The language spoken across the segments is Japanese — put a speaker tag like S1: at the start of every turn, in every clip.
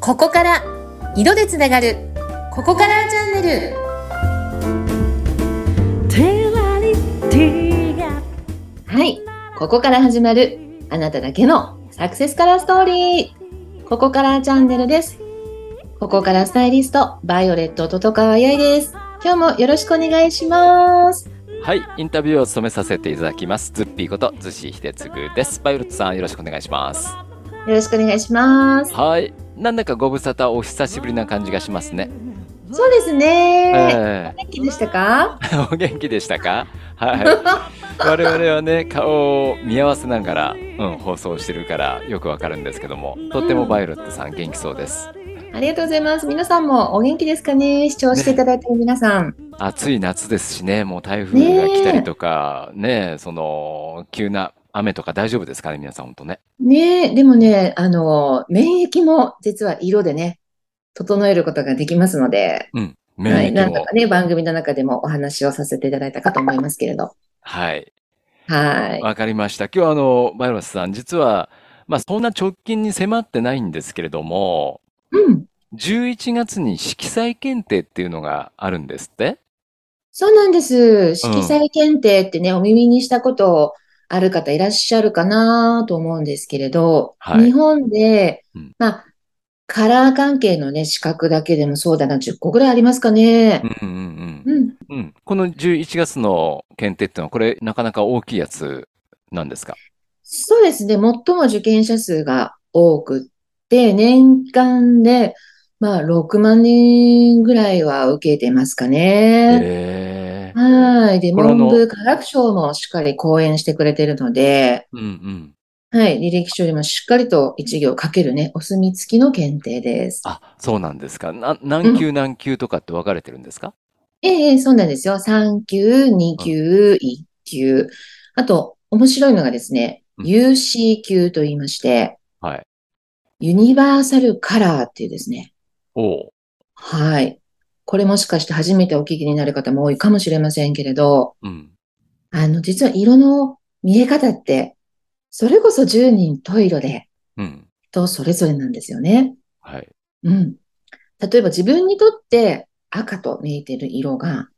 S1: ここから色でつながるここからチャンネル
S2: テラリティが
S1: はいここから始まるあなただけのサクセスカラーストーリーここからチャンネルですここからスタイリストバイオレットと川やいです今日もよろしくお願いします
S3: はい、インタビューを務めさせていただきます。ズッピーこと、ズシヒデツグです。バイオレットさん、よろしくお願いします。
S1: よろしくお願いします
S3: はい、なんだかご無沙汰、お久しぶりな感じがしますね。
S1: そうですね、
S3: え
S1: 元気でしたか
S3: ー お元気でしたかはい。我々はね、顔を見合わせながら、うん、放送してるから、よくわかるんですけども、とってもバイオレットさん、元気そうです。
S1: ありがとうございます皆さんもお元気ですかね視聴していただいてる皆さん、
S3: 暑い夏ですしね、もう台風が来たりとか、ねその、急な雨とか大丈夫ですかね、皆さん、ほんとね。
S1: ねえ、でもね、あの、免疫も実は色でね、整えることができますので、
S3: うん、
S1: はい、
S3: 免
S1: な
S3: 疫
S1: んだ
S3: も
S1: か。ね、番組の中でもお話をさせていただいたかと思いますけれど。
S3: はい。
S1: はい。
S3: わかりました。今日はあの、バイロスさん、実は、まあそんな直近に迫ってないんですけれども、
S1: うん。
S3: 11月に色彩検定っていうのがあるんですって
S1: そうなんです。色彩検定ってね、お耳にしたことある方いらっしゃるかなと思うんですけれど、
S3: はい
S1: 日本で
S3: うん、
S1: まあ、カラー関係のね、資格だけでもそうだな、10個ぐらいありますかね
S3: う。んうん
S1: うん。
S3: うん。うん。この11月の検定ってのは、これなかなか大きいやつなんですか
S1: そうですね、最も受験者数が多くって、年間で、まあ、6万人ぐらいは受けてますかね。
S3: へえ。
S1: はい。で、
S3: これあの
S1: 文部科学省もしっかり講演してくれてるので、
S3: うんうん。
S1: はい。履歴書にもしっかりと一行書けるね、お墨付きの検定です。
S3: あ、そうなんですか。な、何級何級とかって分かれてるんですか
S1: ええ、そうなんですよ。3級、2級、1級。あと、面白いのがですね、
S3: うん
S1: UC 級と言いまして、
S3: はい。
S1: ユニバーサルカラーっていうですね、
S3: おう。
S1: はい。これもしかして初めてお聞きになる方も多いかもしれませんけれど、
S3: うん。
S1: あの、実は色の見え方って、それこそ10人十色で、
S3: うん。
S1: とそれぞれなんですよね。
S3: はい。
S1: うん。例えば自分にとって赤と見えてる色が、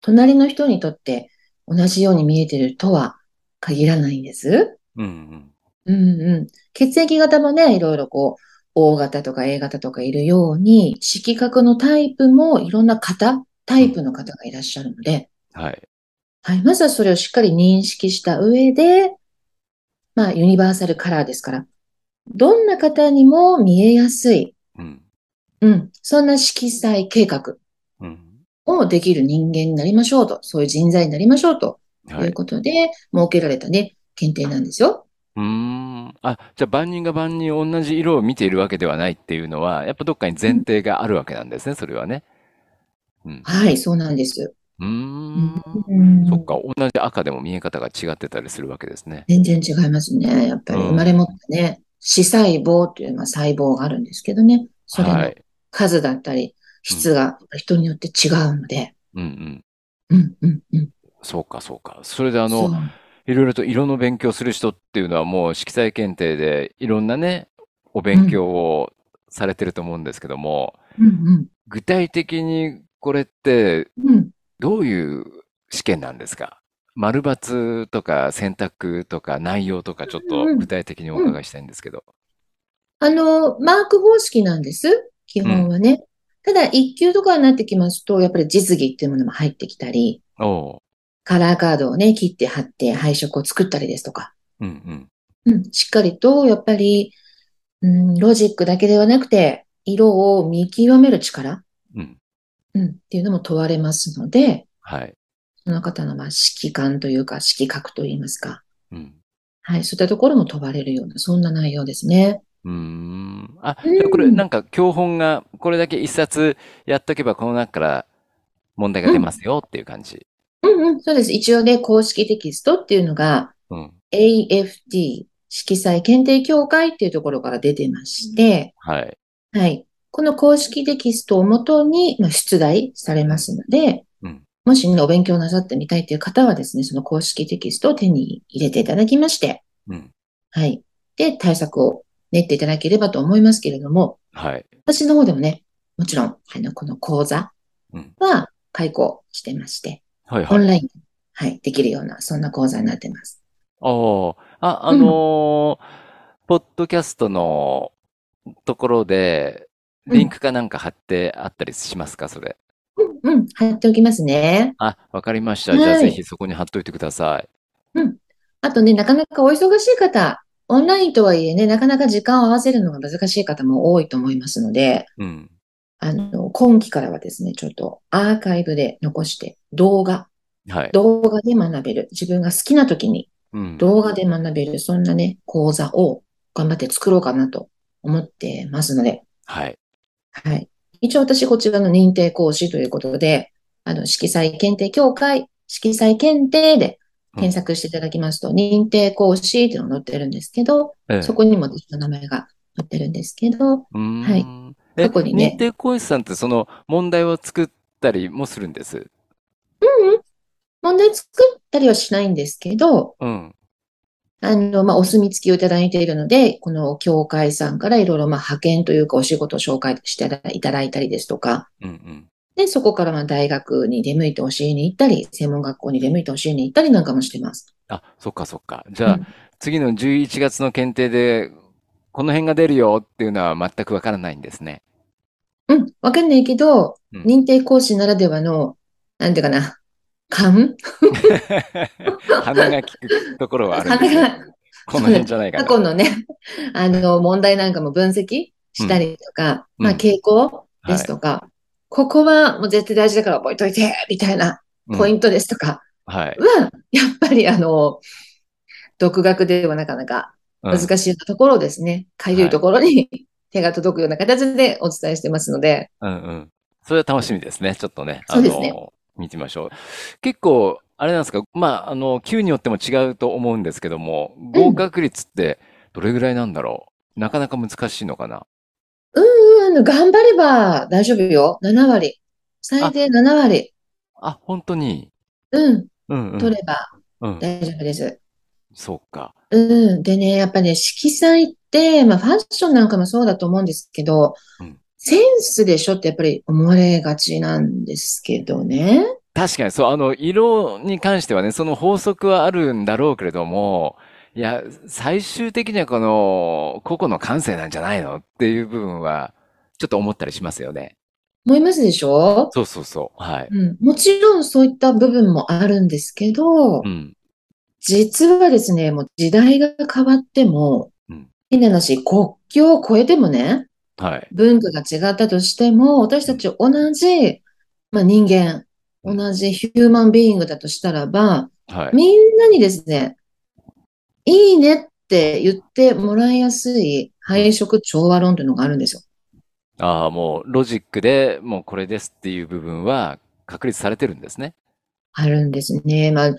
S1: 隣の人にとって同じように見えてるとは限らないんです。
S3: うん
S1: うんうん。血液型もね、いろいろこう、O 型とか A 型とかいるように、色覚のタイプもいろんな型、タイプの方がいらっしゃるので、
S3: うん。はい。
S1: はい、まずはそれをしっかり認識した上で、まあ、ユニバーサルカラーですから、どんな方にも見えやすい、
S3: うん。
S1: うん、そんな色彩計画
S3: うん。
S1: をできる人間になりましょうと、そういう人材になりましょうとい。
S3: はいう
S1: ことで、設けられたね、検定なんですよ。
S3: うーん。あ、じゃあ万人が万人同じ色を見ているわけではないっていうのは、やっぱどっかに前提があるわけなんですね、それはね。うん。
S1: はい、そうなんです。
S3: うーん。
S1: うん
S3: そっか、同じ赤でも見え方が違ってたりするわけですね。
S1: 全然違いますね。やっぱり
S3: うん
S1: 生まれ持ったね、視細胞という、まあ、細胞があるんですけどね、それ
S3: は
S1: の
S3: い。
S1: 数だったり、質が人によって違うので、
S3: うんう
S1: う
S3: ん。
S1: んうんうん。
S3: そうか、そうか。それであ
S1: そう
S3: の、いろいろと色の勉強する人っていうのはもう色彩検定でいろんなね、お勉強をされてると思うんですけども、
S1: うん
S3: 具体的にこれって
S1: うんうん。
S3: どういう試験なんですか丸抜とか選択とか内容とかちょっと具体的にお伺いしたいんですけど。
S1: あの、マーク方式なんです。基本はね。ただ、一級とかになってきますと、やっぱり実技っていうものも入ってきたり、
S3: お
S1: カラーカードをね、切って貼って配色を作ったりですとか、
S3: う。うんうん。
S1: うん、しっかりと、やっぱり、うん、ロジックだけではなくて、色を見極める力、
S3: うん。
S1: うん、っていうのも問われますので、
S3: はい。
S1: その方のまあ指揮官というか、指揮覚といいますか、
S3: うん。
S1: はい、そういったところも問われるような、そんな内容ですね。
S3: うーん。あ、
S1: うん
S3: じゃあこれなんか教本がこれだけ一冊やっとけばこの中から問題が出ますよっていう感じ。
S1: うんうん、そうです。一応ね、公式テキストっていうのが、
S3: うん。
S1: AFD、色彩検定協会っていうところから出てまして、
S3: はい。
S1: はい。この公式テキストをもとに、まあ、出題されますので、
S3: うん
S1: もしね、お勉強なさってみたいという方はですね、その公式テキストを手に入れていただきまして、
S3: うん。
S1: はい。で、対策を練っていただければと思いますけれども、
S3: はい。
S1: 私の方でもね、もちろん、あの、この講座
S3: うん
S1: は開講してまして、
S3: はいは
S1: オ
S3: い。
S1: ンライン、はい、できるような、そんな講座になってます。
S3: おーあ、あのーポッドキャストのところで、リンクかなんか貼ってあったりしますか、それ。
S1: うん、うん、貼っておきますね。
S3: あ、わかりました。じゃあ
S1: はい
S3: ぜひそこに貼っといてください。
S1: あとね、なかなかお忙しい方、オンラインとはいえね、なかなか時間を合わせるのが難しい方も多いと思いますので、
S3: うん。
S1: あの、今期からはですね、ちょっとアーカイブで残して、動画、
S3: はい。
S1: 動画で学べる、自分が好きな時に
S3: うん。
S1: 動画で学べる、そんなね、講座を頑張って作ろうかなと思ってますので、
S3: はい。
S1: はい。一応私、こちらの認定講師ということで、あの、色彩検定協会、色彩検定で検索していただきますと、認定講師っていうのが載ってるんですけど、
S3: ええ
S1: そこにも私の名前が載ってるんですけど、
S3: うーん
S1: はい
S3: え、
S1: 過去にね
S3: 認定講師さんってその問題を作ったりもするんです。
S1: 問題作ったりはしないんですけど、
S3: うん。
S1: あの、まあ、お墨付きをいただいているので、この協会さんからいろいろ、まあ、派遣というかお仕事を紹介していただいたりですとか、
S3: うんうん。
S1: で、そこからまあ大学に出向いて教えに行ったり、専門学校に出向いて教えに行ったりなんかもしてます。
S3: あ、そっかそっか。じゃあ、
S1: うん
S3: 次の11月の検定で、この辺が出るよっていうのは全くわからないんですね。
S1: うん、わかんないけど、
S3: うん
S1: 認定講師ならではの、なんていうかな、勘
S3: 鼻が利くところはあるんですよ
S1: 鼻
S3: この辺じゃない
S1: 過
S3: かな。
S1: 去のね、あの、問題なんかも分析したりとか、
S3: うん
S1: まあ、
S3: うん
S1: 傾向ですとか、ここはもう絶対大事だから覚えといて、みたいな
S3: うん
S1: ポイントですとか
S3: はい。
S1: は、やっぱりあの、独学ではなかなか
S3: うん
S1: 難しいところをですね、かゆいところに 手が届くような形でお伝えしてますので、
S3: うんうん。それは楽しみですね。ちょっとね。
S1: そうですね
S3: あの、見てみましょう。結構、あれなんですか、まあ、あの、級によっても違うと思うんですけども、合格率ってどれぐらいなんだろう。なかなか難しいのかな。
S1: うん、うん、頑張れば大丈夫よ。7割。最低7割。
S3: あ、本当に。
S1: うん、
S3: うんうん。
S1: 取れば
S3: うん。
S1: 大丈夫です。
S3: そうか。
S1: うん。でね、やっぱね、色彩って、まあ、ファッションなんかもそうだと思うんですけど
S3: うん、
S1: センスでしょってやっぱり思われがちなんですけどね。
S3: 確かに、そう、あの、色に関してはね、その法則はあるんだろうけれども、いや、最終的にはこの、個々の感性なんじゃないのっていう部分は、ちょっと思ったりしますよね。
S1: 思いますでしょ
S3: そうそうそう。はい。
S1: うん。もちろんそういった部分もあるんですけど
S3: う、ん。
S1: 実はですね、もう時代が変わっても
S3: うん、
S1: 変な話、国境を越えてもね、
S3: はい。
S1: 文化が違ったとしても、私たち同じ、まあ、人間、
S3: うん
S1: 同じヒューマンビーイングだとしたらば、
S3: はい。
S1: みんなにですね、いいねって言ってもらいやすい配色調和論というのがあるんですよ。
S3: ああ、もうロジックでもうこれですっていう部分は確立されてるんですね。
S1: あるんですね。まあ、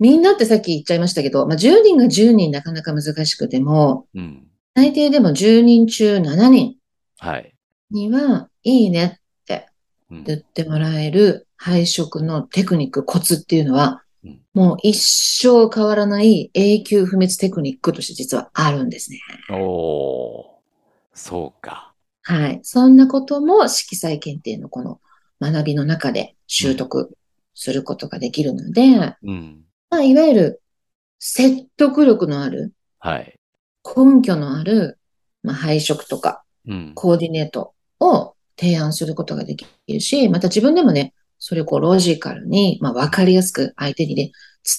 S1: みんなってさっき言っちゃいましたけど、まあ、10人が10人なかなか難しくても、
S3: うん。
S1: 最低でも10人中7人
S3: はい。
S1: には、いいねって
S3: うん。
S1: 言ってもらえる配色のテクニック、コツっていうのは
S3: うん、
S1: もう一生変わらない永久不滅テクニックとして実はあるんですね。
S3: おー。そうか。
S1: はい。そんなことも色彩検定のこの学びの中で習得することができるので、
S3: うん。
S1: まあ、いわゆる説得力のある、
S3: はい。
S1: 根拠のある、まあ、配色とか
S3: うん。
S1: コーディネートを提案することができるし、また自分でもね、それをこうロジカルに、まあ、わかりやすく相手にね、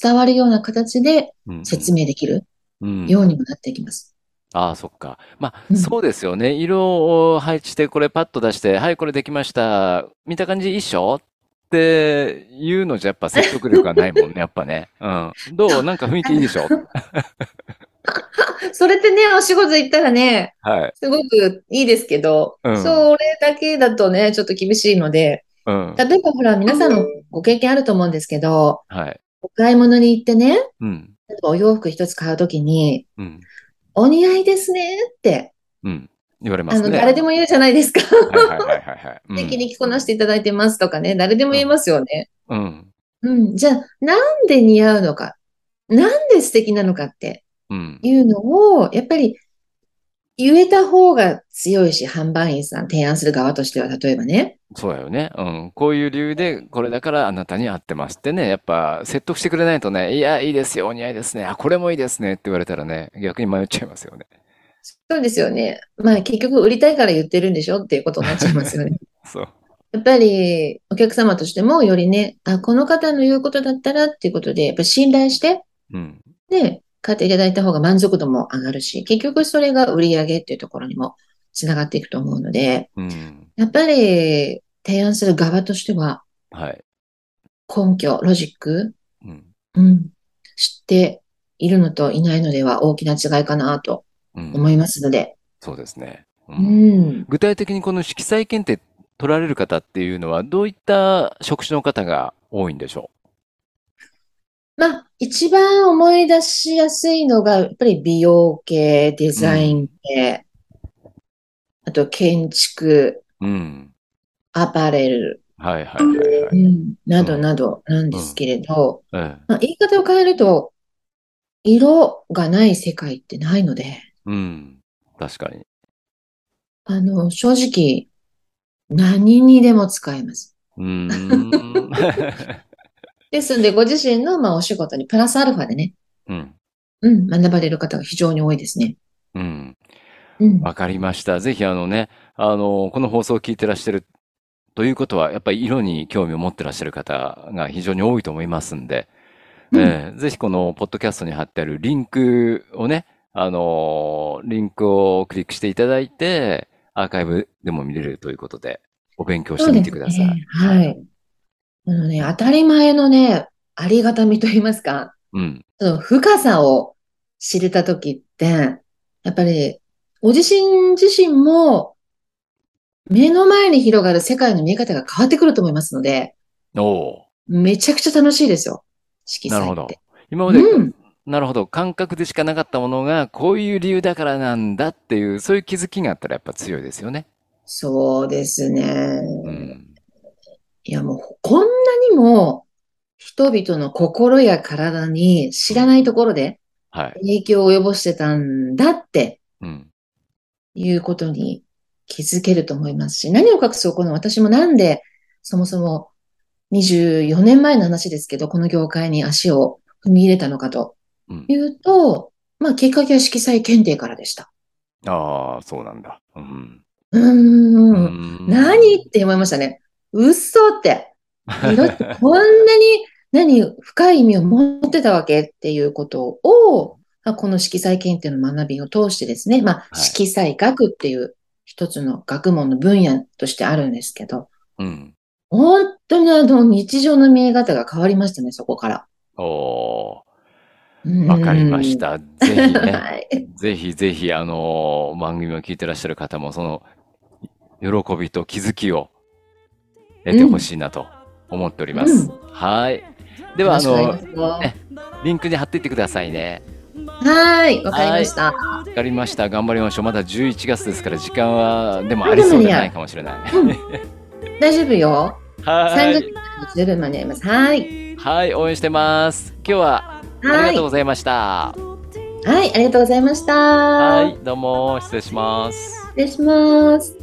S1: 伝わるような形で
S3: うん
S1: 説明できる
S3: うん。
S1: ようにもなっていきます。
S3: ああ、そっか。ま
S1: う
S3: あ、
S1: ん
S3: そうですよね。色を配置して、これパッと出して、はい、これできました。見た感じいいっしょっていうのじゃ、やっぱ説得力がない もんね、やっぱね。うん。どうなんか雰囲気いいでしょ
S1: それってね、お仕事行ったらね、
S3: はい。
S1: すごくいいですけど、
S3: うん
S1: それだけだとね、ちょっと厳しいので、
S3: うん。
S1: 例えばほら、皆さんもご経験あると思うんですけど、
S3: はい。
S1: お買い物に行ってね、
S3: うん。
S1: 例えばお洋服一つ買うときに、
S3: うん。
S1: お似合いですねって、
S3: うん。言われま
S1: あ
S3: す
S1: の、
S3: ね。
S1: 誰でも言うじゃないですか。
S3: はいはいはいはいはい。うん
S1: 素敵に着こなしていただいてますとかね、誰でも言えますよね。
S3: うん。
S1: うん。じゃあ、なんで似合うのか、なんで素敵なのかって
S3: うん。
S1: いうのを、やっぱり言えた方が強いし、販売員さん、提案する側としては、例えばね。
S3: そうだよね。うん。こういう理由で、これだからあなたに合ってますってね、やっぱ説得してくれないとね、いや、いいですよ、お似合いですね、あ、これもいいですねって言われたらね、逆に迷っちゃいますよね。
S1: そうですよね。まあ結局売りたいから言ってるんでしょっていうことになっちゃいますよ ね。
S3: そう。
S1: やっぱりお客様としてもよりね、あ、この方の言うことだったらっていうことで、やっぱ信頼して、
S3: うん。
S1: ね、買っていただいた方が満足度も上がるし、結局それが売り上げっていうところにもつながっていくと思うので、
S3: うん。
S1: やっぱり提案する側としては
S3: はい。
S1: 根拠、ロジック、
S3: うん。
S1: うん、知っているのといないのでは大きな違いかなと
S3: うん。
S1: 思いますので、
S3: そうですね。う。
S1: うんん。
S3: 具体的にこの色彩検定取られる方っていうのは、どういった職種の方が多いんでしょ
S1: まあ、一番思い出しやすいのが、やっぱり美容系、デザイン系、あと建築、
S3: ううん。
S1: アパレル、
S3: はいはいはいは
S1: う
S3: い。
S1: ん、などなどなんですけれど、
S3: ええ。
S1: まあ、言い方を変えると、色がない世界ってないので、
S3: うん。確かに。
S1: あの、正直、何にでも使えます。
S3: うーん。
S1: ですので、ご自身の、まあ、お仕事にプラスアルファでね、
S3: うん。
S1: うん、学ばれる方が非常に多いですね。
S3: うん。
S1: うん。
S3: わかりました。ぜひあのね、あの、この放送を聞いてらっしゃるということは、やっぱり色に興味を持ってらっしゃる方が非常に多いと思いますんで、
S1: うん
S3: えーぜひこのポッドキャストに貼ってあるリンクをね、あのリンクをクリックしていただいて、アーカイブでも見れるということで、お勉強し
S1: そう
S3: てみ
S1: で
S3: て
S1: す
S3: ください。
S1: ね。はい。あのね、当たり前のね、ありがたみと言いますか、
S3: うん。
S1: その深さを知れたときって、やっぱり、ご自身自身も、目の前に広がる世界の見え方が変わってくると思いますので、
S3: おお
S1: めちゃくちゃ楽しいですよ。色
S3: ー、なる
S1: 彩
S3: ほ
S1: っ
S3: ど
S1: て。。
S3: 今まで、
S1: うん
S3: なるほど、感覚でしかなかったものが、こういう理由だからなんだっていう、そういう気づきがあったらやっぱ強いですよね。
S1: そうですね。
S3: うん。
S1: いやもう、こんなにも、人々の心や体に知らないところで
S3: はい。
S1: 影響を及ぼしてたんだって、
S3: うん。
S1: いうことに気づけると思いますし、何を隠そう、この私もなんで、そもそも24年前の話ですけど、この業界に足を踏み入れたのかと
S3: うん
S1: い。うと、まあ、きっかけは色彩検定からでした。
S3: ああ、そうなんだ。うん。
S1: うーん。
S3: ん
S1: 何って思いましたね。嘘って。色ってこんなに 何深い意味を持ってたわけっていうことを、まあこの色彩検定の学びを通してですね、まあ、
S3: はい
S1: 色彩学っていう一つの学問の分野としてあるんですけど、
S3: うん。
S1: 本当にあの日常の見え方が変わりましたね、そこから。
S3: お
S1: うん
S3: ー、わかりまし。た。ぜひね、
S1: はい。
S3: ぜひぜひ、あのー番組を聞いてらっしゃる方も、その、喜びと気づきを得てほしいなと思っております。
S1: うん
S3: はい。では、あ
S1: 楽しくなり
S3: の
S1: ま、すよ
S3: ねリンクに貼っていってくださいね。
S1: はい、わかりました。
S3: わかりました。頑張りましょう。まだ11月ですから、時間は、でもありそうでないかもしれない。
S1: うん大丈夫よ。
S3: は
S1: 30
S3: い。
S1: 分十分間に合います。はい。
S3: はい、応援してます。今日は、あり
S1: は
S3: が
S1: い
S3: とう。ございました。
S1: はい、ありがとうございました。
S3: はい、どうも、失礼します。
S1: 失礼します。